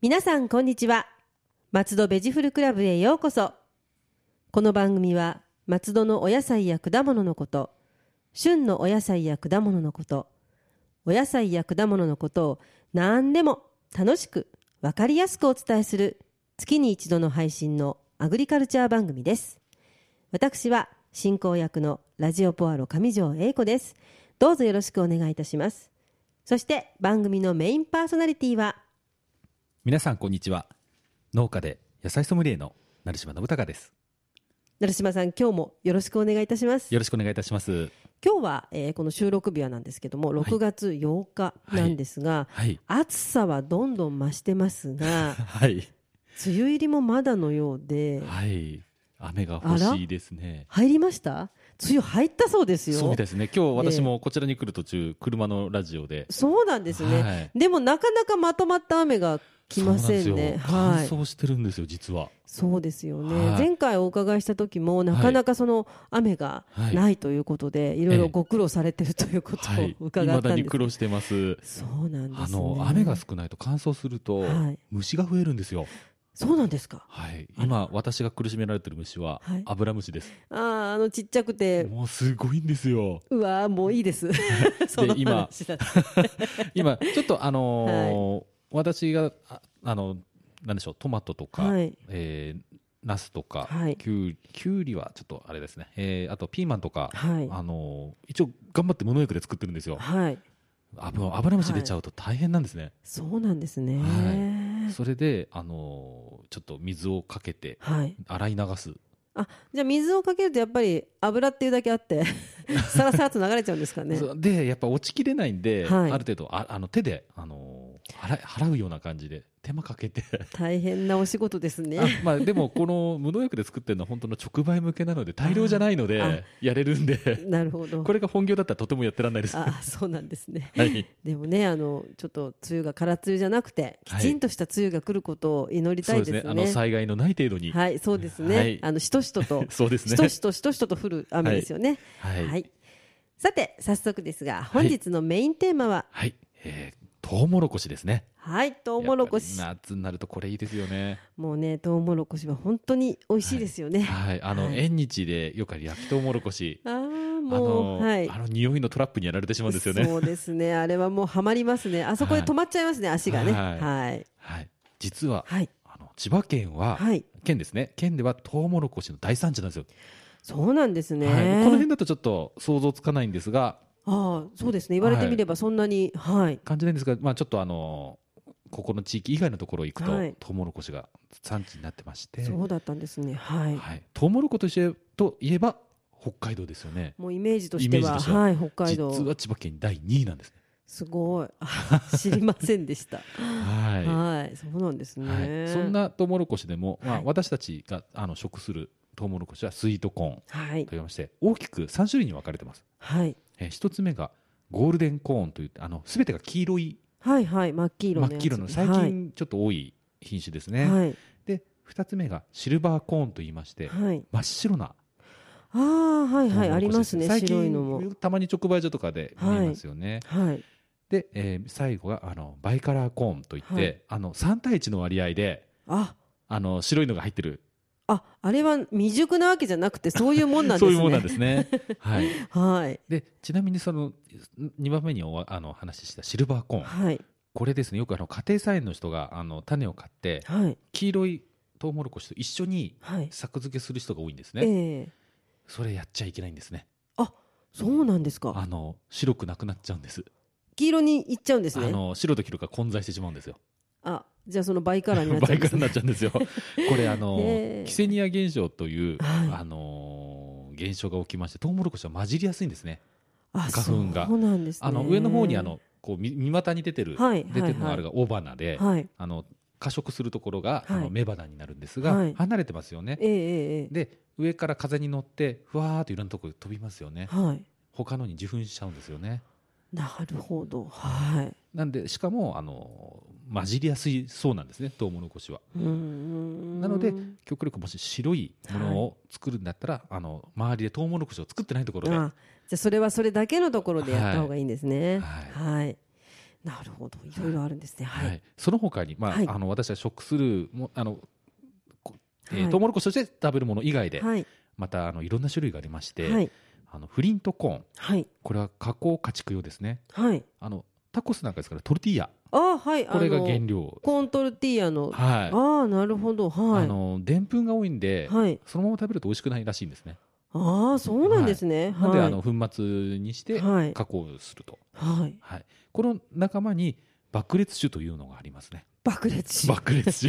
皆さんこんにちは松戸ベジフルクラブへようこそこの番組は松戸のお野菜や果物のこと旬のお野菜や果物のことお野菜や果物のことを何でも楽しく分かりやすくお伝えする月に一度の配信のアグリカルチャー番組です私は進行役のラジオポアロ上条英子ですどうぞよろしくお願いいたしますそして番組のメインパーソナリティは皆さんこんにちは農家で野菜ソムリエの成島信孝です成島さん今日もよろしくお願いいたしますよろしくお願いいたします今日は、えーこの収録日はなんですけどもはい6月8日なんですが、はい暑さはどんどん増してます がはい梅雨入りもまだのようではい雨が欲しいですね入りました梅雨入ったそうですよそうみたいですね今日ええ私もこちらに来る途中車のラジオでそうなんですね、はいでもなかなかまとまった雨が来ませそんうなねですよは乾い燥してるんですよ実はそうですよね、はい前回お伺いした時もなかなかその雨がはいないということで、い、ろいえろえご苦労されてるということをはい伺っ未ただんにです苦労してますそうなんですねあの雨が少ないと乾燥するとはい虫が増えるんですよそうなんですかはいあら今私が苦しめられてる虫ははいアブラムシですあーあのちっちゃくてもうすごいんですようわーもういいです その今話だと今ちょっとあのー私がああのなんでしょうトマトとか、はいえーナスとか、はいきゅうきゅうりはちょっとあれですね、えーあとピーマンとか、はいあのー一応頑張って無農薬で作ってるんですよはいあぶ油虫出ちゃうと大変なんですね、そうなんですねそれで、あのーちょっと水をかけてはい、洗い流すじゃあ水をかけるとやっぱり油っていうだけあって さらさらっと流れちゃうんですかねそうでやっぱ落ちきれないんで、はいある程度ああの手で、あのー払い払うような感じで手間かけて大変なお仕事ですねあまあでもこの無農薬で作ってるのは本当の直売向けなので大量じゃないのあでやれるんでなるほどこれが本業だったらとてもやってらんないです。 はあそうなんですねい、でもねあのちょっと梅雨が空梅雨じゃなくてきはいちんとした梅雨が来ることを祈りたそういでですすね,、ねあの災害のない程度に、はいそうですね、はいあのしとしととそうですしねとしとしとしとと降る雨ですよね、はい、ははいい。さて、早速ですが、本日のメインテーマは、えートウモロコシですねはい、トウモロコシや。っぱり夏になるとこれいいですよねもうね、トウモロコシは本当に美味しいですよね。はいあの、はい縁日でよくある焼きトウモロコシああ、あもの,、う、はいあ。の匂いのトラップにやられてしまうんですよねそうですね、あれはもうはまりますね。あそこで止まっちゃいますね、足がね。はいはい。はい実は、はい。あの千葉県は、はい。県ですね県ではトウモロコシの大産地なんですよそうなんですね。はい、この辺だとちょっと想像つかないんですがああ、そうですね。言われてみればそんなに、はい。感じないんですが、まあ、ちょっとあのここの地域以外のところ行くと、はいトウモロコシが産地になってましてそうだったんですね。はい。はい、トウモロコシといえといえば北海道ですよねもうイメージとしてイメージは、としてははい、北海実道。は千葉県第2位なんですねすごい。知りませんで した。はい、ははい、そうなんですね。い、そんなトウモロコシでも、まはあい、私たちがあの食するトウモロコシはスイートコーンとはい、言いまして大きく3種類に分かれてます、はい、えー、1つ目がゴールデンコーンといってあの全てが黄色いはい、はい、真っ黄色真のっやつ。黄色の最近ちょっと多い品種ですね、はい、はい、で2つ目がシルバーコーンと言いまして、はい、真っ白なああ、はい、はい、トウモロコシありますね、最近白いのも。たまに直売所とかで見えますよね、はい、で、えー最後があのバイカラーコーンといって、はいあの3対1の割合であ、あの白いのが入ってる、あ、あれは未熟なわけじゃなくて、そういうもんなんで すそうね。いうものなんですね。 はい、はい、でちなみにその2番目におわあの話ししたシルバーコーンはい、これですねよくあの家庭菜園の人があの種を買ってはい、黄色いトウモロコシと一緒にはい、作付けする人が多いんですね。ええ、それやっちゃいけないんですね。そうなんですか。あの白くなくなっちゃうんです。黄色に行っちゃうんですあね。の白と黄色が混在してしまうんですよ。あ、じゃあ、その倍カラーになっちゃバうイんでカすになねっ。ちゃうんです よ。これあのへーキセニア現象という、はいあのー現象が起きましてトウモロコシは混じりやすいんですね。花あ、粉がそうなんですね。あの上の方にあ、のこうみ実股に出てる、はい出てるのがはいあれが雄花で、はい、あの過食するところが、あはのい雌花になるんですが、はい離れてますよねえ。え、ええ、えで上から風に乗ってふわーっといろんなところ飛びますよねえ。はい、他のに受粉しちゃうんですよね。なるほど、はい。なんでしかもあの混じりやすいそうなんですねトウモロコシはうんなので極力もし白いものを作るんだったら、あの周りでトウモロコシを作ってないところであじゃあそれはそれだけのところでやった方がいいんですね。ははい。なるほど。いろいろあるんですね。は。はいい、その他に、まあはいあの私は食するもあの、こえーはいトウモロコシとして食べるもの以外で、はい。またあのいろんな種類がありまして、はい。あのフリントコーンはい。これは加工家畜用ですねはい。あのタコスなんかですからトルティーヤあ、はい。これがあの原料コーントルティーヤはの。いああ、なるほど。はあい。のでんぷんが多いんで、はい。そのまま食べると美味しくないらしいんですねああ、そうなんですね。なんで、はい。あの粉末にしてはい加工すると、はい。はいこの仲間に爆裂種というのがありますね爆裂 し。爆裂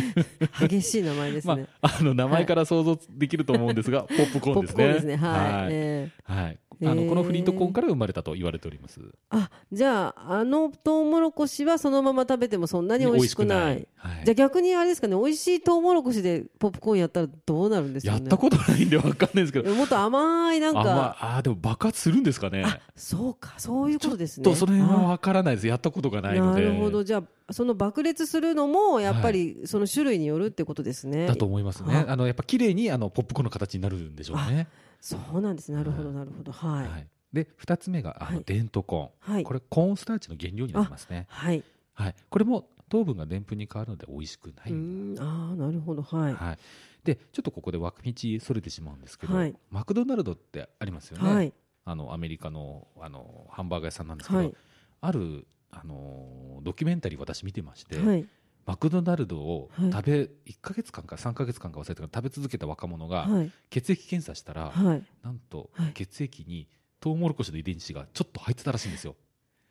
種激しい名前ですまね。ああの名前から想像できると思うんですが、ポップコー ポンでップすコねーンですね。ははいい。ええはい、へーあのこのフリートコーンから生まれたと言われておりますあ、じゃあ、あのトウモロコシはそのまま食べてもそんなに美味しくない。はいじゃあ逆にあれですかね、美味しいトウモロコシでポップコーンやったらどうなるんですかやね。ったことないんでわかんないですけどもっと甘いなあ,、んまか、あ、あーでも爆発するんですかねあそうか、そういうことですね。とその辺はわからないですやったことがあないのでるほど、じゃあ、その爆裂するのも、やっぱりその種類によるってことですね。だと思いますねああのやっぱ綺麗にあのポップコーンの形になるんでしょうねそうなんです、なるほど、なるほど、ははいい。で2つ目があはのいデントコーン、はいこれコーンスターチの原料になりますねはい。はいこれも糖分がでんぷんに変わるので美味しくなうい、ーん、ああ、なるほど、はい。はい、でちょっとここで枠道それてしまうんですけど、はいマクドナルドってありますよね、はい。あのアメリカのあのハンバーガー屋さんなんですけど、はい。あるあのドキュメンタリー私見てまして、はい。マクドナルドをはい食べ、1か月間か3か月間か忘れたけど食べ続けた若者がはい。血液検査したら、はい。なんとはい血液にトウモロコシの遺伝子がちょっと入ってたらしいんですよ。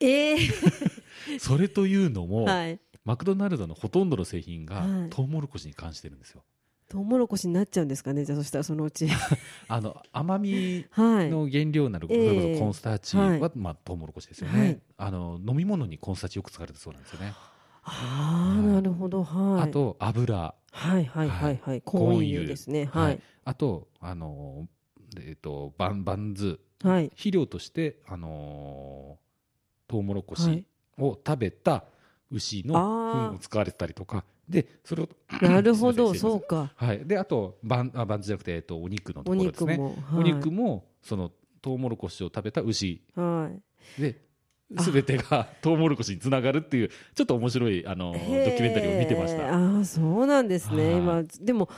ええそれというのも、はい。マクドナルドのほとんどの製品がはいトウモロコシに関してるんですよ。トウモロコシになっちゃうんですかね、じゃあ、そしたらそのうち。あの甘みはい。の原料になる、ええそれこそコーンスターチは、はいまあ、トウモロコシですよね、はいあの飲み物にコーンスターチよく使われてそうなんですよね、ああ、はいなるほど、はあい。と油はいはいはいはい。コーン油ですね。はいはい。あとあのーえっ、とバンバンズはい。肥料としてあのートウモロコはいシを食べた牛のあー糞を使われてたりとかでそれをなるほど、すいませんそうか。はいであとバンあバンズじゃなくて、えっとお肉のとこおろです肉ねも。お肉も。もそのトウモロコシを食べた牛はい。であ全てがトウモロコシにつながるっていうちょっと面白いあのドキュメンタリーを見てましへたーああ、そうなんですはね。い今、でも、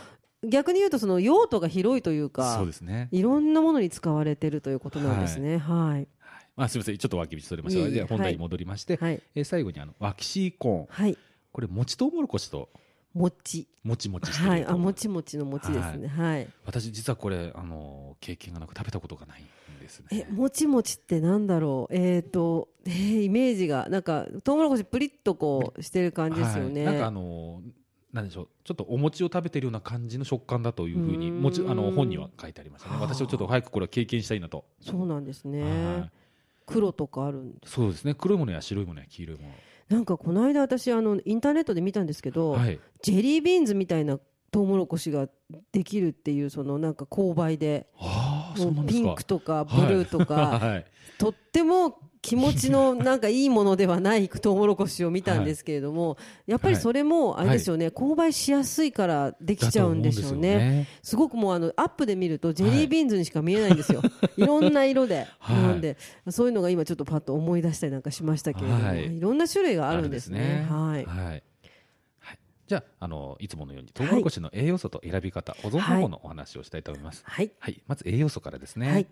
逆に言うと、その用途が広いというそかう。ですね、いろんなものに使われてるということなんですね。はい。まあ、すみませんちょっと脇道それましたいえいえじゃあ本題に戻りまして、はい。えー最後にあのワキシーコーンはい。これもちとうもろこしともち。もちもちしてると、はい。あ、もちもちのもちですね。はい。私実はこれあのー経験がなく食べたことがないんですねえ、もちもちってなんだろう。えっと、えーイメージが、なんか、トウモロコシプリッとこうしてる感じですよね。はいなんかあのーなんでしょうちょっとお餅を食べてるような感じの食感だというふうにうーんもちあの本には書いてありましたねはあ私はちょっと早くこれは経験したいなと、そうなんですはねい。黒とかあるんでそうですね黒いものや白いものや黄色いもなんかこの間私あのインターネットで見たんですけど、のはいジェリービーンズみたいなトウモロコシができるっていうそのなんか勾配でああもそううなんでピすンかクとかブルーとか、はいとっても気持ちのなんかいいものではないトウモロコシを見たんですけれども、やっぱりそれもあれですよね、勾配しやすいからできちゃうんでしょだとうね。思んですよすごくもうあのアップで見るとジェリービーンズにしか見えないんで すよ、い、ろんな色で、はいなんでそういうのが今ちょっとパッと思い出したりなんかしましたけれども、はいい、ろんな種類があるんですねはい、はい。はいじゃあ、あの、いつものように、トウモロコシの栄養素と選び方、保存方法のお話をしたいと思います。はいはい、まず栄養素からですね。はい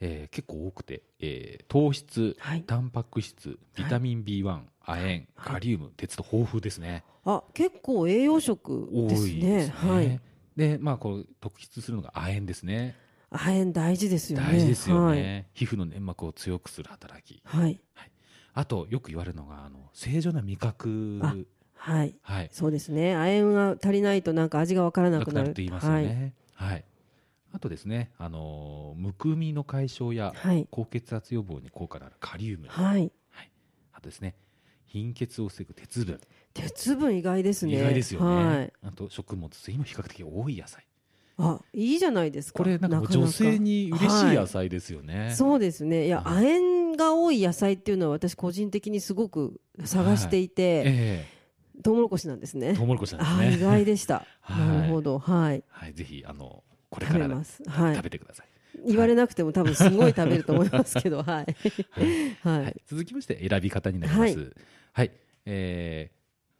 えー結構多くて、えー糖質、はいタンパク質、ビタミン B1、亜鉛、はいカリウム、鉄と豊富ですね。あ結構栄養食多いでですすねね。はいで、まあ、こう特筆するのが亜鉛ですね。亜鉛大事ですよね大事ですよね、皮膚の粘膜を強くする働き。はいはい、あと、よく言われるのが、あの、正常な味覚。あはいはい。そうですね亜鉛が足りないとなんか味が分からななくくななるると言いますよね。はい。あとですね、あのーむくみの解消やはい高血圧予防に効果のあるカリウム、はい、はい、あとですね、貧血を防ぐ鉄分、鉄分意外ですね意外ですよね。はい、あと食物繊維も比較的多い野菜。あいいじゃないですかこれなんかもう女性に嬉しい野菜ですよね。そうですね。いや、うん亜鉛が多い野菜っていうのは私個人的にすごく探していて、えトウモロコシなんですねえトウモロコシなんあでーす意ね。外でした、はいなるほどはいはい、ぜひあのこれか食べらますはい食べてください。言われなくても多分すごい食べると思いますけ どはいはいははいい、続きまして選び方になりまはす。はい、え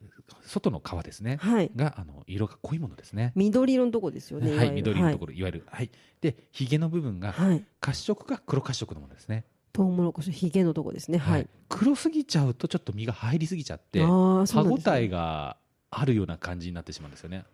ー外の皮ですね。はいがあの色が濃いものですね。緑色のとこですよねはい、わゆる緑のところ、い、わゆる、はい、で、ひげの部分がはい、はい、褐色か黒褐色のものですね。トウモロコシヒゲのとこですねはい、黒すぎちゃうと、ちょっと身が入りすぎちゃって、あ歯ーそうなんごですねたえがあるような感じになってしまうんですよね。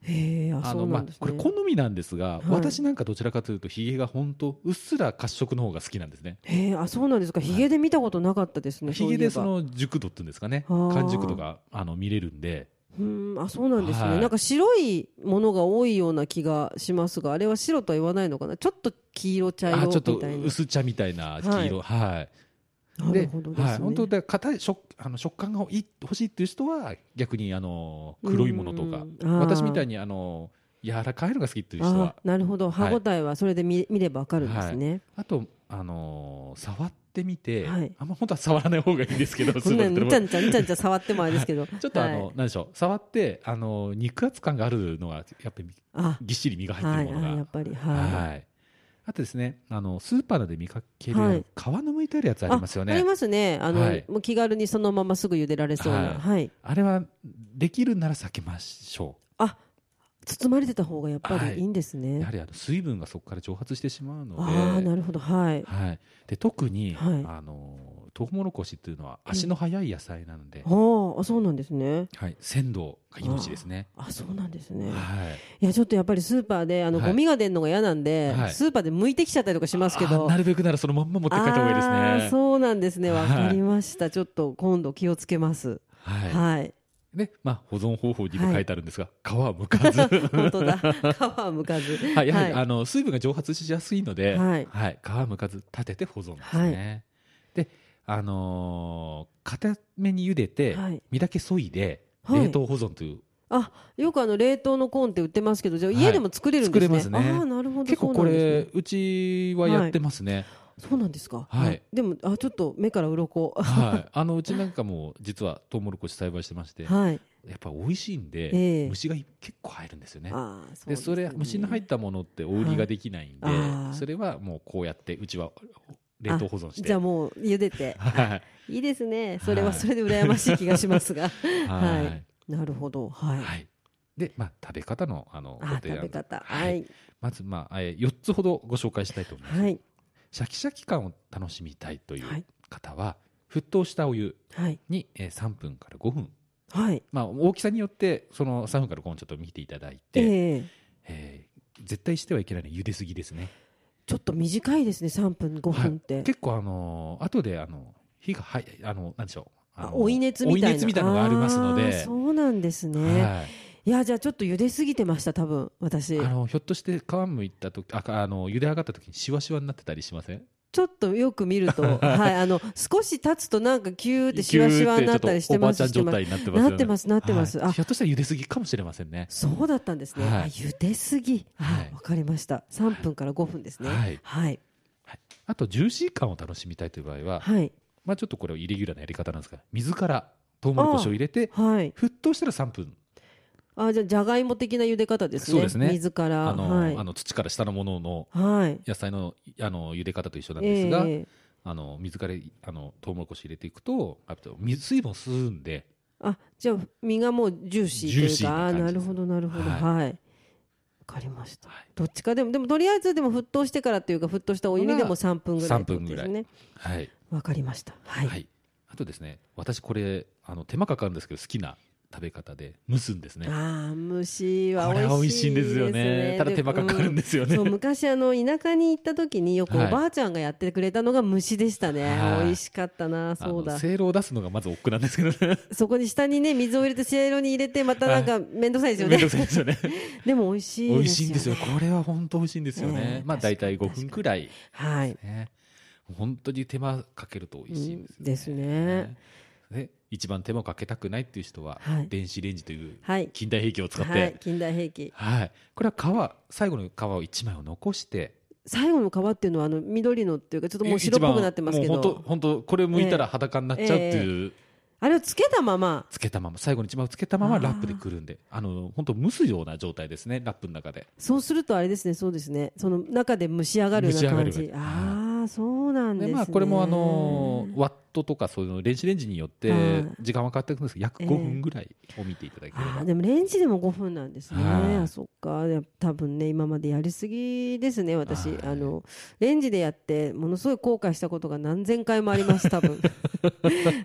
へえああその、うなまあんです、ねこれ好みなんですが、はい私なんかどちらかというと、ひげが本当うっすら褐色の方が好きなんですね。へえあそうなんですかはいヒゲで見たことなかったですねひういげえばでその熟度っていうんですかね、あー完熟度があの見れるんで、うーんあそうなんですね、はいなんか白いものが多いような気がしますがあれは白とは言わないのかなちょっと黄色茶あ色ちょっとみたいな薄茶みたいな黄色、はい、なるほどですね、はい、本当で硬い食あの食感がいい欲しいっていう人は逆にあの黒いものとかうんあー私みたいにあの柔らかいのが好きっていう人はあなるほど歯はいごたえはそれで見,、見ればわかるんですね、あとあのー触ってみて、はいあんま本当は触らない方がいいんですけ どこんなすいにませんちゃんちゃんちゃんちゃん触ってもあれですけ ど、ちょっとあの、はいなんでしょう触ってあの肉厚感があるのがやっぱりあぎっしり身が入っはているものが、はいやっぱりはい、はいあとですねあのスーパーなどで見かける、はい皮の剥いてあるやつありますよねありますねあの、はいもう気軽にそのまますぐ茹でられそうなはいはいあれはできるなら避けましょうあ包まれてた方がやっぱりいいんですね、やはりあの水分がそこから蒸発してしまうのでああなるほどはいはい、で特に、はいあのトウモロコシっていうのは足の速い野菜なので、はああそうなんですねはい、鮮度が命ですね。あそうなんですねはい、いやちょっとやっぱりスーパーであの、はいゴミが出るのが嫌なんで、はいスーパーで剥いてきちゃったりとかしますけどあなるべくならそのまんま持って帰った方がいいですあーね。そうなんですねはわいかりました、ちょっと今度気をつけますはい、 はい、で、まあ保存方法にも書いてあるんですが、皮は剥かず、本当だ皮は剥かず はい、やはり、はいあの水分が蒸発しやすいので、はい皮は剥かず立てて保存ですね。で、あのー固めに茹でて、はい身だけ削いではい冷凍保存というあよくあの冷凍のコーンって売ってますけどじゃあはい家でも作れるんですね、作れますねああなるほど結構これ、うちはやってますね。そうなんですかはいでもあちょっと目から鱗はい。あのうちなんかも実はトウモロコシ栽培してまして、やはいっぱ美味しいんで、ええ虫が結構入るんですよね。ああでそれ虫の入っったものってお売りができないんで、はいあーそれはもうこうやってうちは冷凍保存して。じゃあもう茹でてはいいですねそれははいそれで羨ましい気がします がははいいなるほどはい、はい。でまあ食べ方のあのごあ提食べ案。方ははいいまずまあえー四つほどご紹介したいと思います。はいシャキシャキ感を楽しみたいといはいう方は、沸騰したお湯はいにえー3分から5分はいまあ、大きさによってその3分から5分ちょっと見ていただいて、えええー絶対してはいけないのは茹ですぎですねちょっと短いですね3分5分って、結構あのー後であの火がはいあのなんでしょうああの追い熱みたいな追い熱みたいなのがありますのあーでそうなんですね、はいい、やじゃあちょっと茹ですぎてました多分あ私のひょっとして皮むいた時あかあの茹で上がった時にしわしわになってたりしませんちょっとよく 見るとはいあの少し経つとなんかキューってシワシワになったりしてます急ってちょっとおばあちゃん状態になってますよねなってますなってますはいあひょっとしたら茹ですぎかもしれませんねそうだったんですね、はいあ茹ですぎあわ、はいかりました3分から5分ですねはいはいあとジューシー感を楽しみたいという場合は、はいまあ、ちょっとこれはイレギュラーなやり方なんですが水からトウモロコシを入れてはい沸騰したら3分あじゃあじゃがいも的な茹で方ですねそうですね水からあの、はいあの土から下のもののはい野菜のあの茹で方と一緒なんですが、ええあの水からあのトウモロコシ入れていくとあと水水分を吸うんであじゃあ身がもうジューシーとジューいうシーかあな感ーじなでするほどなるほどはいはい、わかりましたはいどっちかでもでもとりあえずでも沸騰してからっていうか沸騰したお湯にのでもが3分ぐらいってことです3分ぐねはい、わかりましたはい、はいあとですね私これあの手間かかるんですけど好きな食べ方で蒸すんですねこああ虫はれ美味しいは美味しいんですよねただ手間かかるんでですようんね、そう昔あの田舎に行った時によくはおいばあちゃんがやってくれたのが虫でしたね、はい美味しかったなあそうのだせいろを出すのがまず億劫なんですけどねそこに下にね水を入れてせいろに入れてまたなんか面倒くさいですよめんねどくさいですよね でも美味しいですよ、美ね、味しいんですよこれは本当美味しいんですよね、ええまあ大体確かに5分くらい、はいね、本当に手間かけると美味しいんですよね,、うんですねで一番手間をかけたくないっていう人は、はい電子レンジというはい近代兵器を使って、ははいい、近代兵器これは皮最後の皮を1枚を残して最後の皮っていうのはあの緑のっていうかちょっともう白っぽくなってますけ一番もう本ど当本当これ剥いたら裸になっちゃうっていう、あれをつけたままつけたまま最後に一番つけたままあーラップでくるんであの本当蒸すような状態ですねラップの中でそうするとあれですねそうですねその中で蒸し上がるような感蒸し上がるよじうなああそうなんでですねまあこれもあのワットとかそういうの電子レンジによってはい時間は変わってくるんですけど約ええ5分ぐらいを見ていただけれあば、ーでもレンジでも5分なんですね、はいあそっかいや多分ね今までやりすぎですね私、はいあのレンジでやってものすごい後悔したことが何千回もあります多 分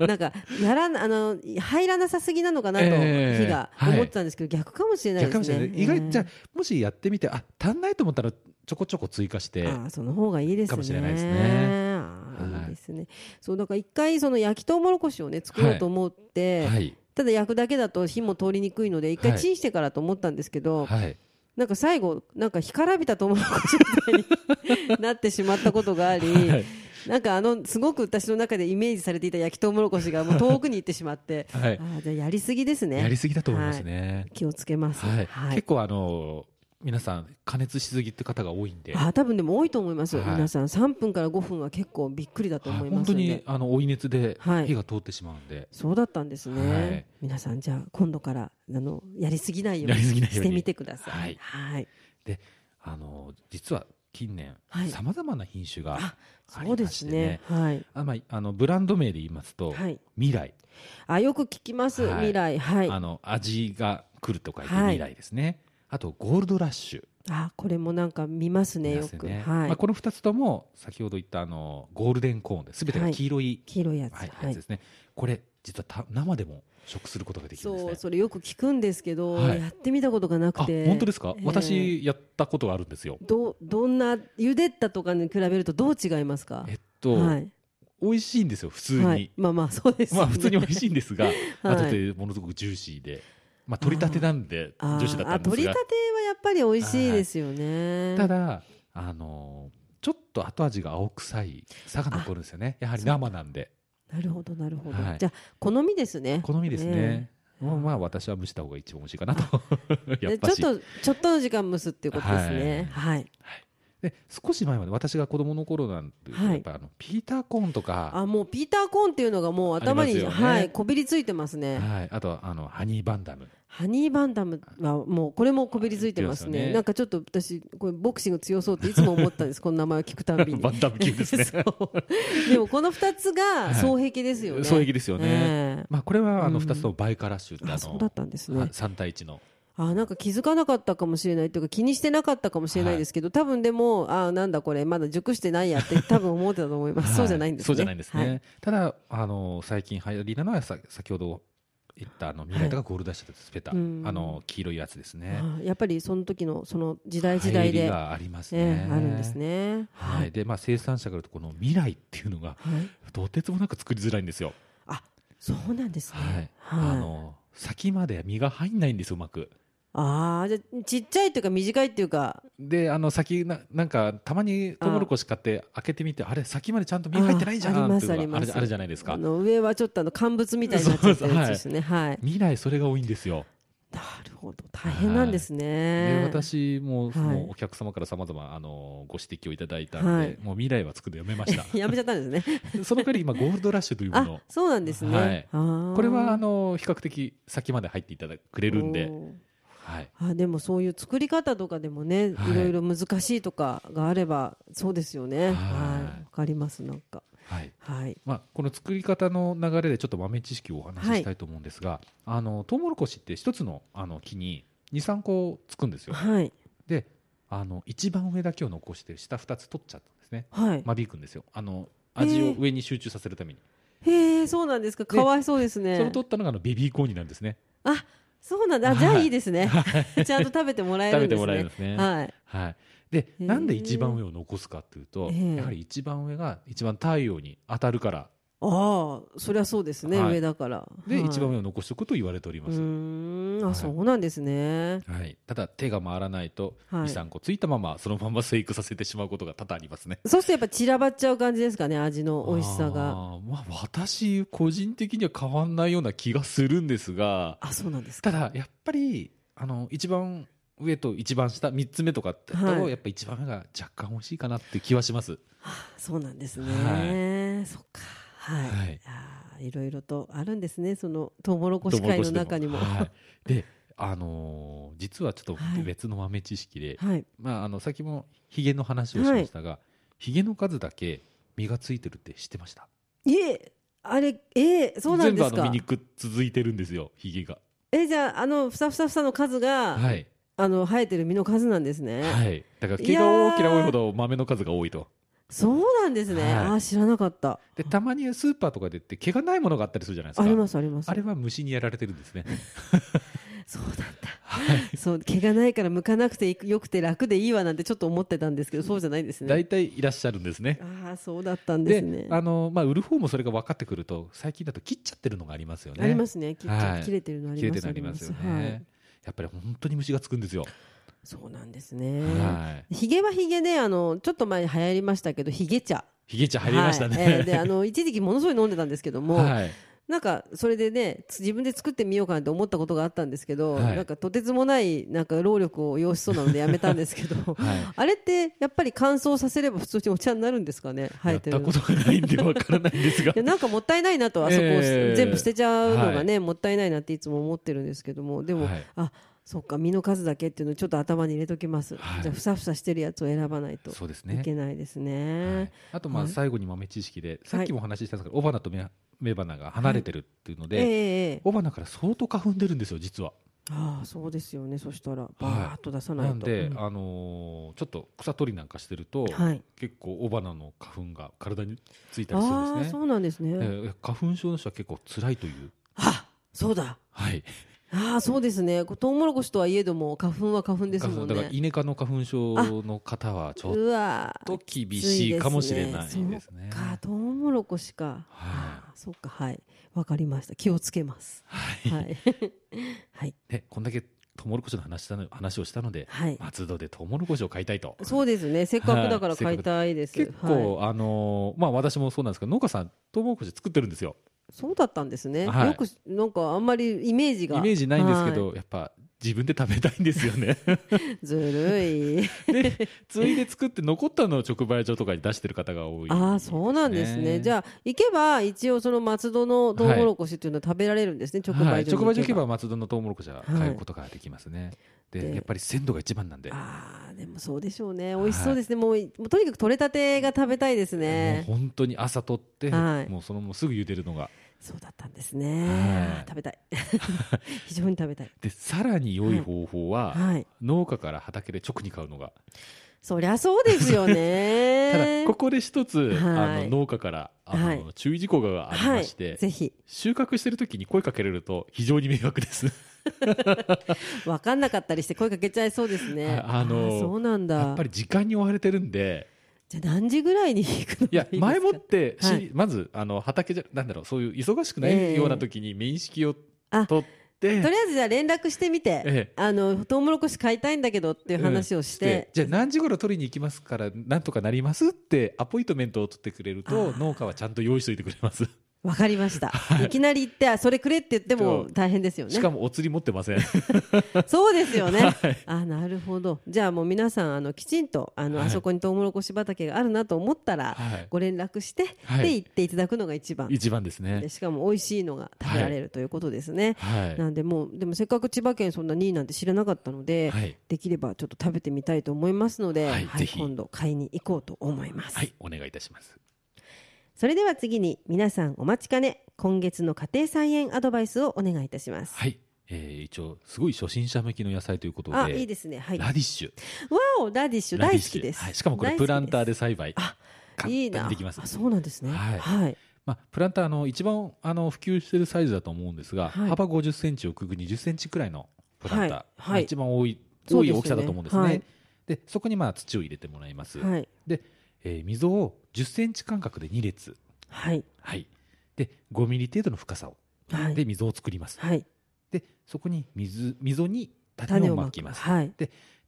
なんかやらなあの入らなさすぎなのかなと、ええ火がはい思ってたんですけど、逆かもしれない逆かでもしすれなねい意外ええじゃあもしやってみてあ足んないと思ったらちょこちょこ追加してああその方がいいですね。かもしれないですねはいああいいですね。そうだから一回その焼きとうもろこしをね作ろうと思って、はいただ焼くだけだと火も通りにくいので一は回いチンしてからと思ったんですけど、はいなんか最後なんか干からびたとうもろこしみたいになってしまったことがあり、 はいなんかあのすごく私の中でイメージされていた焼きとうもろこしがもう遠くに行ってしまって、 はいああじゃあやりすぎですね。やりすぎだと思いますね、気をつけます。はい結構あの皆さん加熱しすぎって方が多いんであ多分でも多いと思います、はい皆さん3分から5分は結構びっくりだと思い本ます当ので、にあの追い熱ではい火が通ってしまうんで、そうだったんですね、はい皆さんじゃあ今度からあのやりすぎないようやにりすぎないようしにてみてくださいはいはいあの実は近年はいさまざまな品種がああそうりでましすてねねはい、あまああのブランド名で言いますと、はい、未来、あよく聞きます、はい未来はいああの味が来ると書いてはい未来ですね、あとゴールドラッシュこれもなんか見ますねでよすく、ねはい、まあ、この2つとも先ほど言ったあのゴールデンコーンですべてが黄色い、黄色いやつ、はいはいやつですね、これ実はた生でも食することができるんですそねうそれよく聞くんですけど、はいやってみたことがなあくて本当ですか、ええ私やったことがあるんですよどどんな茹でたとかに比べるとどう違いますかえっと、はい美味しいんですよ普通に、はい、まあまあそうです、ね、まあ普通に美味しいんですが、はいあとでものすごくジューシーで、まあ取り立てなんでジュあーーシーだったあんです取がりた、てはやっぱり美味しいですよね。ただあのーちょっと後味が青臭い差が残るんですよね。やはり生なんでなるほどなるほど。はいじゃあ好みですね。好みですね。えまあまあ私は蒸した方が一番美味しいかなとえ やっでぱしち。ょっとちょっとの時間蒸すっていうことですね。はい。で少し前まで私が子供の頃なんてはいやっぱあのピーターコーンとか、あもうピーターコーンっていうのがもう頭あに、りますよねはいこびりついてますね。はいあとはあのハニーバンダム。ハニーバンダムはもうこれもこびりついてますですよね。ねなんかちょっと私これボクシング強そうっていつも思った んです。この名前を聞くたんびに。バンダム級ですね そうでもこの二つが双璧ですよね。そうですよね。ええまあこれはあのうん二つともバイカラッシュってああそうだのったんですね。三対一のあなんか気づかなかったかもしれないというか気にしてなかったかもしれないですけど、多分でもあなんだこれまだ熟してないやって多分思ってたと思います、そうじゃないんですねそうじゃないんですね。はいただ、あの、最近流行りなのは、さ先ほど言った、あの、未来とかゴールドダッシュとスペタ、うんあの、黄色いやつですね。あやっぱりその時のその時代時流行代りで、がありますえね。えあるんです。ねはい。、で、まあ、生産者から言うと、この未来っていうのが、はいとてつもなく作りづらいんですよ。そうなんですねはい。あの、先まで実が入んないんですよ、うまく。あーじゃあちっちゃいというか短いというかで、あの、先、ななんか、たまにトウモロコシ買って開けてみて、あれ、先までちゃんと実入ってないじゃんあありますっていうのがあありまるすあるじゃないですあか。の上はちょっとあの乾物みたいになっちゃってるやつですねはい、未来、それが多いんですよ。なるほど大変なんですね、で私もそはいのお客様からさまざまあのご指摘をいただいたので、はいもう未来は作るのやめました やめちゃったんですねその代わり今ゴールドラッシュというもあのそうなんですね、はいあーこれはあの比較的先まで入っていただくれるんでお、ーはい、あでもそういう作り方とかでもね、はいい、ろいろ難しいとかがあればそうですよねははいいわかりますなんかはいはいまあ、この作り方の流れでちょっと豆知識をお話ししたいと思うんですが、あのトウモロコシって一つのあの木に23個つくんですよはいであの一番上だけを残して下2つ取っちゃったんですねはい、間引くんですよあの味へをー上に集中させるために、へえそうなんですかでかわいそうですねそれを取ったのがあのベビーコーニなんですねあそうなんだはあいじゃあいいですね、 ちゃんと食べてもらえ食るべてんですねもらえるんですね。はいはい。で、へーなんで一番上を残すかっていうと、ええやはり一番上が一番太陽に当たるから、ああそりゃそうですね、はい上だからで、はい一番上を残しておくと言われておりうます。ーんあ、はいそうなんですねはい。ただ、手が回らないと、2、はい3個ついたまま、そのまま生育させてしまうことが多々ありますね。そうするとやっぱ散らばっちゃう感じですかね味の美味しさあがー。まあ、私、個人的には変わんないような気がするんですが、あそうなんですかただ、やっぱり、あの、一番上と一番下3つ目とかってと、はいやっぱ一番目が若干美味しいかなって気はしますそうなんですね。そっか。はい。はいいやーいろいろとあるんですね。そのトウモロコシ会の中にも。トウモはロコシでもはいであのー実はちょっはいと別の豆知識で、い。まあ、あの先もヒゲの話をしましたが、ヒゲの数だけ実がついてるって知ってましたいえ、あれ、えー、そうな全んです部あのか実。にくっ続いてるんですよヒゲがえじゃああのふさふさふさの数が、はい、あの生えてる実の数なんですね。はい、だからい毛やがー大きな多いほど豆の数が多いとそうなんですね。はいあー知らなかった。でたまにスーパーとかでって毛がないものがあったりするじゃないですあかりますあります。あれは虫にやられてるんですねそうだった。 そう毛がないから向かなくてよくて楽でいいわなんてちょっと思ってたんですけどそうじゃないんですね。大体いらっしゃるんですねああそうだったんでですね。あのまあ、売る方もそれが分かってくると最近だと切っちゃってるのがありますよねありますね。切っちゃはい切れてるのあ切れりまてす。なりますよね、はい。やっぱり本当に虫がつくんですよ、そうなんですね。はいヒゲはヒゲであのちょっと前に流行りましたけどヒゲ茶ヒゲ茶入りましたね、はいえーであの一時期ものすごい飲んでたんですけども、はい、なんかそれでねつ自分で作ってみようかなって思ったことがあったんですけど、はいなんかとてつもないなんか労力を要しそうなのでやめたんですけ ど、はあれってやっぱり乾燥させれば普通にお茶になるんですかね生やえってるたのことがないんで分からないんですがいやなんかもったいないなとあそこをええ全部捨てちゃうのがね、もったいないなっていつも思ってるんですけどもでも、はいあそっか実の数だけっていうのをちょっと頭に入れときます、はいじゃあふさふさしてるやつを選ばないとそうですいねけないですはねい。、あとまあはい最後に豆知識で、さっきもお話ししたんですけど雄花と雌雌花が離れてるっていうのええでええ雄花、から相当花粉出るんですよ実は。ああそうですよねそしたらバーッと出さないと。なんで、うんあのーちょっと草取りなんかしてると、はい、結構雄花の花粉が体についたりするんああですね。そうなんですね。えー花粉症の人は結構辛いという。あそうだはい、ああそうですねこうトウモロコシとはいえども花粉は花粉ですもんだからね。イネ科の花粉症の方はちょっうわーと厳しいかもしれないですきついねで。そっかトウモロコシか。はいああそうかはいわかりました気をつけ ます。はいはい、 はい、ねこんだけトウモロコシの話したの話をしたので、はい松戸でトウモロコシを買いたいと。そうですねせっかくだから買いたいです。結構、あのーまあ私もそうなんですけど農家さんトウモロコシ作ってるんですよそうだったんですね、はいよくなんかあんまりイメージイがメージないんですけど、やっぱ自分で食べたいんですよ ねはいずるいでついで作って残ったのを直売所とかに出してる方が多いああそうなんですねじあゃあ行けば一応その松戸のトウモロコシっていうのは食べられるんですね、直直売売所所直に行売所行けば松戸のトウモロコシは買うことができますね、ででやっぱり鮮度が一番なんでもああでもそうでしょうね美味しそうですね、もうもうとにかく取れたてが食べたいですうね本当に朝取って、はいもうそのまますぐ茹でるのがそうだったんですね、はい食 べたい非常に食べたいでさらに良い方法は、はい農家から畑で直に買うのがそりゃそうですよ ただねここで一つ、はいあの農家からあの、はい注意事項がありまして、はい、ぜひ収穫してる時に声かけられると非常に迷惑です。分かんなかったりして声かけちゃいそうですねああのーそうなんだやっぱり時間に追われてるんで、じゃあ何時ぐらいに行くのがいやですか前もってし、はいまずあの畑じゃなんだろうそういう忙しくなええいような時に面識をあ取って、とりあえずじゃあ連絡してみて、えあのトウモロコシ買いたいんだけどっていう話をして、じゃあ何時頃取りに行きますからなんとかなりますってアポイントメントを取ってくれるあとー農家はちゃんと用意しておいてくれます。わかりま した、い、きなり行ってあそれくれって言ってもそう大変ですよねしかもお釣り持ってません。そうですよね、あなるほどじゃあもう皆さんあのきちんとあの、はいあそこにトウモロコシ畑があるなと思ったら、はいご連絡して、はいで行っていただくのが一番一番ですねで。しかも美味しいのが食べられるということですね、はい。なんでもうでもせっかく千葉県そんなにいいなんて知らなかったので、はいできればちょっと食べてみたいと思いますので、はいぜひ今度買いに行こうと思います、はい、お願いいたします。それでは次に皆さんお待ちかね今月の家庭菜園アドバイスをお願いいたします、はい、えー一応すごい初心者向きの野菜ということで、あいいですねはいラわディッシュ、おラディッシュラディッ大好シきュです、はい、しかもこれプランターで栽培、あ簡単いいになできますあ。そうなんですねは、はいいまあプランターあの一番あの普及してるサイズだと思うんですが、はい幅50センチ奥20センチくらいのプランター、はいはい一番多いそ多ういですよね大きさだと思うんですね。はいでそこにまあ土を入れてもらいます。はいで、えー溝を10センチ間隔で2列、はいはい。で5ミリ程度の深さをはいで溝を作ります。はいでそこに水溝に種種ををままきます。はい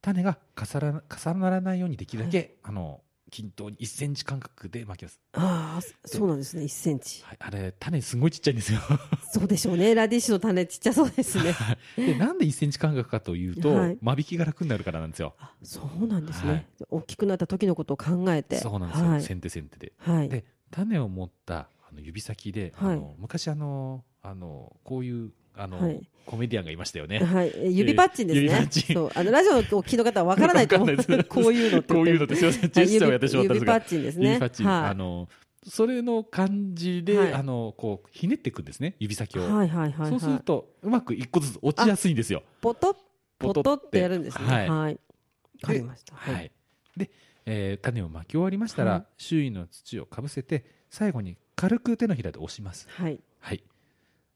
種が重な重ならないようにできるだけ、あの均等に1センチ間隔で巻きます。ああ、そうなんですね。1センチ。はい、あれ、種すごいちっちゃいんですよ。そうでしょうね。ラディッシュの種ちっちゃそうです ね。で、なんで1センチ間隔かというと、はい間引きが楽になるからなんですよ。あそうなんですね、はい大きくなった時のことを考えて。そうなんですよ。先手先手で。はい。はい。で、種を持ったあの指先で、はいあの昔あの、あの、こういう、あの、はいコメディアンがいましたよね。 はい、え指パッチンですね。指パッチンそう、あのラジオを聞きの方はわからないと思うわかんないで。すこういうのってこ言って。ういうのって、すいません、ジェスチャーをやってしまったんです指パが、ッチンですね。指パッチン、はいあの、それの感じで、はいあの、こう、ひねっていくんですね、指先を。はいはいはい、はい。そうすると、うまく一個ずつ落ちやすいんですよ。ポトッ、ポポトトッてってやるんですね。は。はいいわかりました。はい。で、えー種を巻き終わりましたら、はい周囲の土をかぶせて、最後に軽く手のひらで押します。はい。はい。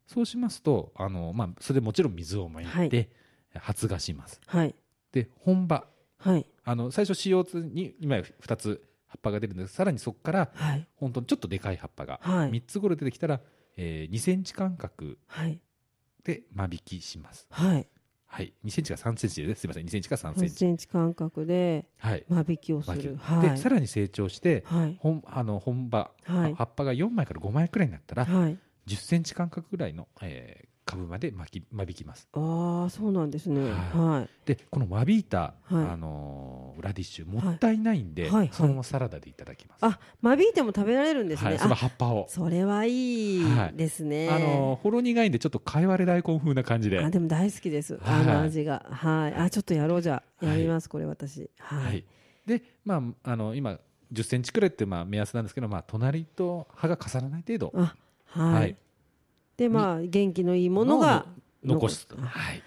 そうしますと、あの、まあ、それでもちろん水をまいて、発芽します。はい。で、本葉。はい。あの、最初 CO2 に、今2つ葉っぱが出るんですさらにそこから、はい。本当にちょっとでかい葉っぱが、はい3つ頃出てきたら、えー2センチ間隔はい。で間引きします。はい。はい。2センチか3センチです。すみません。2センチか3セ8ンチ。センチ間隔ではい。間引きをす間引きる。で、さらに成長して、はい。本あの本場、はい葉っぱが4枚から5枚くらいになったら、はい。 10センチ間隔ぐらいの、えー株まで巻き間引きます。ああ、そうなんですね。ははで、この間引いた、はいあのーラディッシュ、もったいないんで、はいはいはいそのままサラダでいただきます。い。あ、間引いても食べられるんですはね。い、そのあ、葉っぱを。それはいいですね。あのーほろ苦いんで、ちょっとかいわれ大根風な感じで。あ、でも大好きです。あはのい味が。はい。あ、ちょっとやろうじゃ。はいやります、これ私。ははいい。、で、まあ、あの今10センチくらいってまあ目安なんですけど、まあ、隣と葉が重ならない程度、あ、はい。で、まあ、元気のいいものが。残すと、残すはい、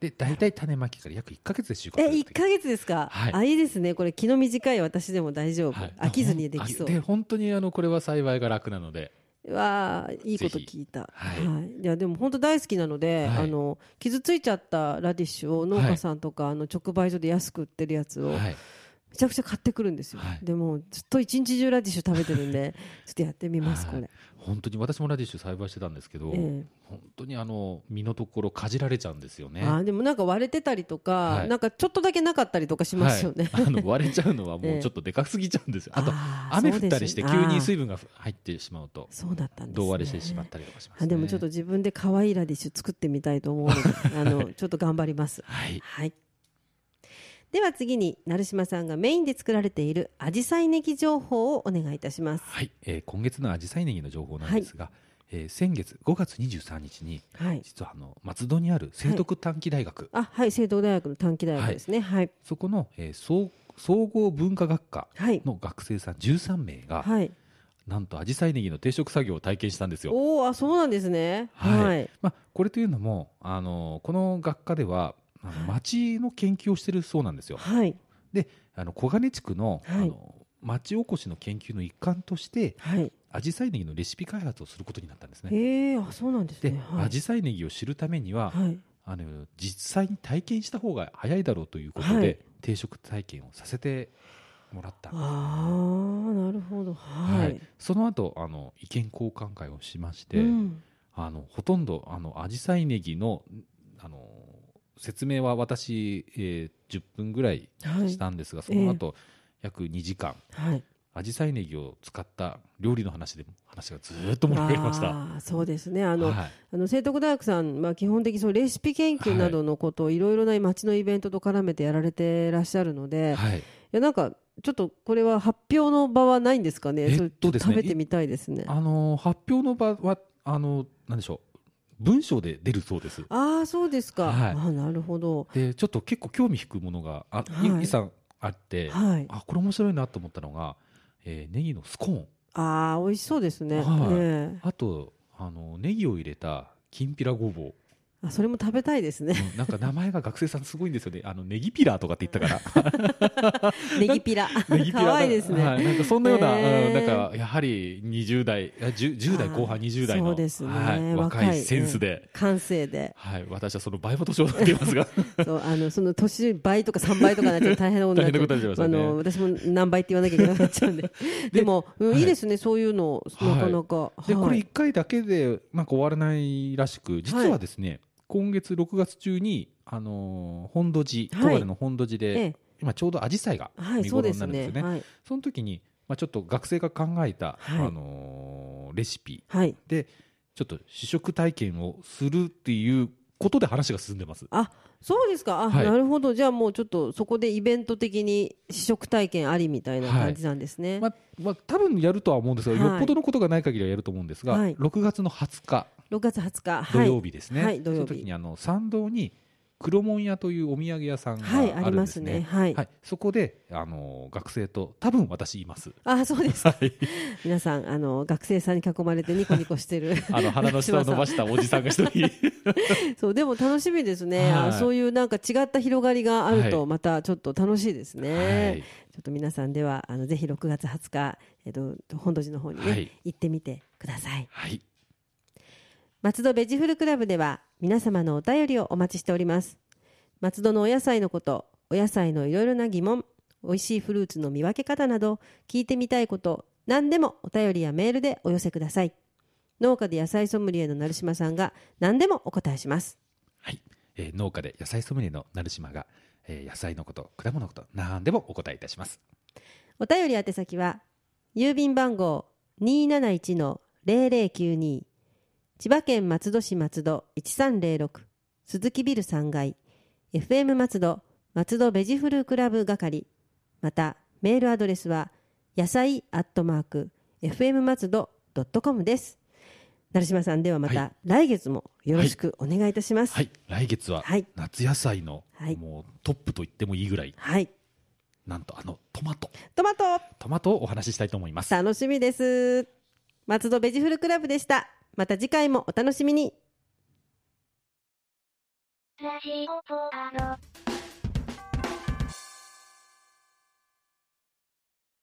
で大体種まきから約1か月で収穫え、する一というヶ月ですか。はいあ、いいですね。これ気の短い私でも大丈夫。はい飽きずにできそあでう。本当にあのこれは幸いが楽なのでわあ、いいことぜひ聞いた。は。はいいい、や、でも本当大好きなので、はいあの傷ついちゃったラディッシュを農家さんとか、あの直売所で安く売ってるやつを。はいめちゃくちゃ買ってくるんですよ。はいでも、ずっと一日中ラディッシュ食べてる んで、ちょっとやってみます、はこいれ。本当に私もラディッシュ栽培してたんですけど、ええ本当にあの実のところかじられちゃうんですよねあーでもなんか割れてたりとか、はいなんかちょっとだけなかったりとかしますよね。はい、あの割れちゃうのはえも えうちょっとでかすぎちゃうんですよ、あとあー雨降ったりしてそう急ですよねに水分が入ってしまうとそうだったんです、ね。胴割れしてしまったりとかします、あね、でもちょっと自分で可愛いラディッシュ作ってみたいと思うのであ のちょっと頑張ります。はいはい、では次に成島さんがメインで作られているアジサイネギ情報をお願いいたします。はい、えー今月のアジサイネギの情報なんですが、えー先月5月23日にはい、実はあの松戸にある聖徳短期大学、あはい聖東大学の短期大学ですね。はいそこの、えー総総合文化学科はいの学生さん13名が、はい。なんとアジサイネギの定食作業を体験したんですよ。おおあそうなんですね。はい、はい、まあ、これというのも、あのこの学科ではあの町の研究をしているそうなんですよ。はい、あの小金地区の,、はいあの町おこしの研究の一環としてアジサイネギのレシピ開発をすることになったんですね。へえあそうなんですで、ね。はいアジサイネギを知るためには、はいあの実際に体験した方が早いだろうということで、はい定食体験をさせてもらった、ああなるほどははい、いその後あの意見交換会をしまして、うん、あのほとんどあのアジサイネギのあの説明は私、えー10分ぐらいはいしたんですが、その後、約2時間はいアジサイネギを使った料理の話でも話がずーっと盛り上がりました。あーそうですねあの、はいあの聖徳大学さん、まあ、基本的にそのレシピ研究などのことをいろいろな町のイベントと絡めてやられてらっしゃるので、い、はいやなんかちょっとこれは発表の場はないんですかね、えっとそれちょっとですね食べてみたいですね。ああの発表の場はあのなんでしょう文章で出るそうです。あーそうですか、はいあなるほど、でちょっと結構興味引くものがあ、はいいくさんあって、はい、あこれ面白いなと思ったのが、えーネギのスコーンああ美味しそうですね、はいええあとあのネギを入れたきんぴらごぼうあそれも食べたいです ねなんか名前が学生さんすごいんですよねあのネギピラーとかって言った かネギピラらネギピラー 可愛いですね、はいなんかそんなような、えーうんなんかやはり20代いや 10, 10代後半あー20代のそうですねはい、若若いいセンスで、感性ではい、私はその倍も年を取っていますがそうあのその年倍とか3倍とかになっちゃうと大変なことに なっちゃう大変なことになあっちゃいますよねの私も何倍って言わなきゃいけなくなっち ゃうんででも、うんはいい、いですねそういうのはいなかなか、でこれはい1回だけでなんか終わらないらしく実はですね、今月6月中に、あのー本土寺はい十和田の本土寺で、ええ今ちょうどアジサイがはい、見そ頃うでになするんですよね。ね。はい、その時に、まあ、ちょっと学生が考えた、はいあのーレシピはい、でちょっと試食体験をするっていうことで話が進んでます。そうですか。あ、はいなるほど。じゃあもうちょっとそこでイベント的に試食体験ありみたいな感じなんですね。まあまあ、多分やるとは思うんですが、はいよっぽどのことがない限りはやると思うんですが、はい6月の20日6月20日、土はい、曜日ですね、はい土曜日その時にあの参道に黒門屋というお土産屋さんがはい、あありるんまですすね。ね。はい。はい、そこで、あのー学生と多分私います。あ、そうです。はい、皆さん、あの学生さんに囲まれてニコニコしてる。 あの鼻の下を伸ばしたおじさんが一 人そう、でも楽しみですね、はいあそういうなんか違った広がりがあるはと、いまたちょっと楽しいですね。はいちょっと皆さんでは、あのぜひ6月20日、えっと、本土寺の方にね、はい行ってみてください。はい、松戸ベジフルクラブでは皆様のお便りをお待ちしております松戸のお野菜のことお野菜のいろいろな疑問おいしいフルーツの見分け方など聞いてみたいこと何でもお便りやメールでお寄せください農家で野菜ソムリエの成島さんが何でもお答えしますはいえー農家で野菜ソムリエの成島が、えー野菜のこと果物のこと何でもお答えいたしますお便り宛先は郵便番号271-0092千葉県松戸市松戸1306鈴木ビル3階 FM 松戸松戸ベジフルクラブ係またメールアドレスは野菜アットマーク FM 松戸ドットコムです成島さんではまはた来月もよろしくお願いいたしますはい来月ははい夏野菜の、はいもうトップと言ってもいいぐらいはいなんとあのトマトトマトトマトをお話ししたいと思います楽しみです松戸ベジフルクラブでしたまた次回もお楽しみにラジオポアド。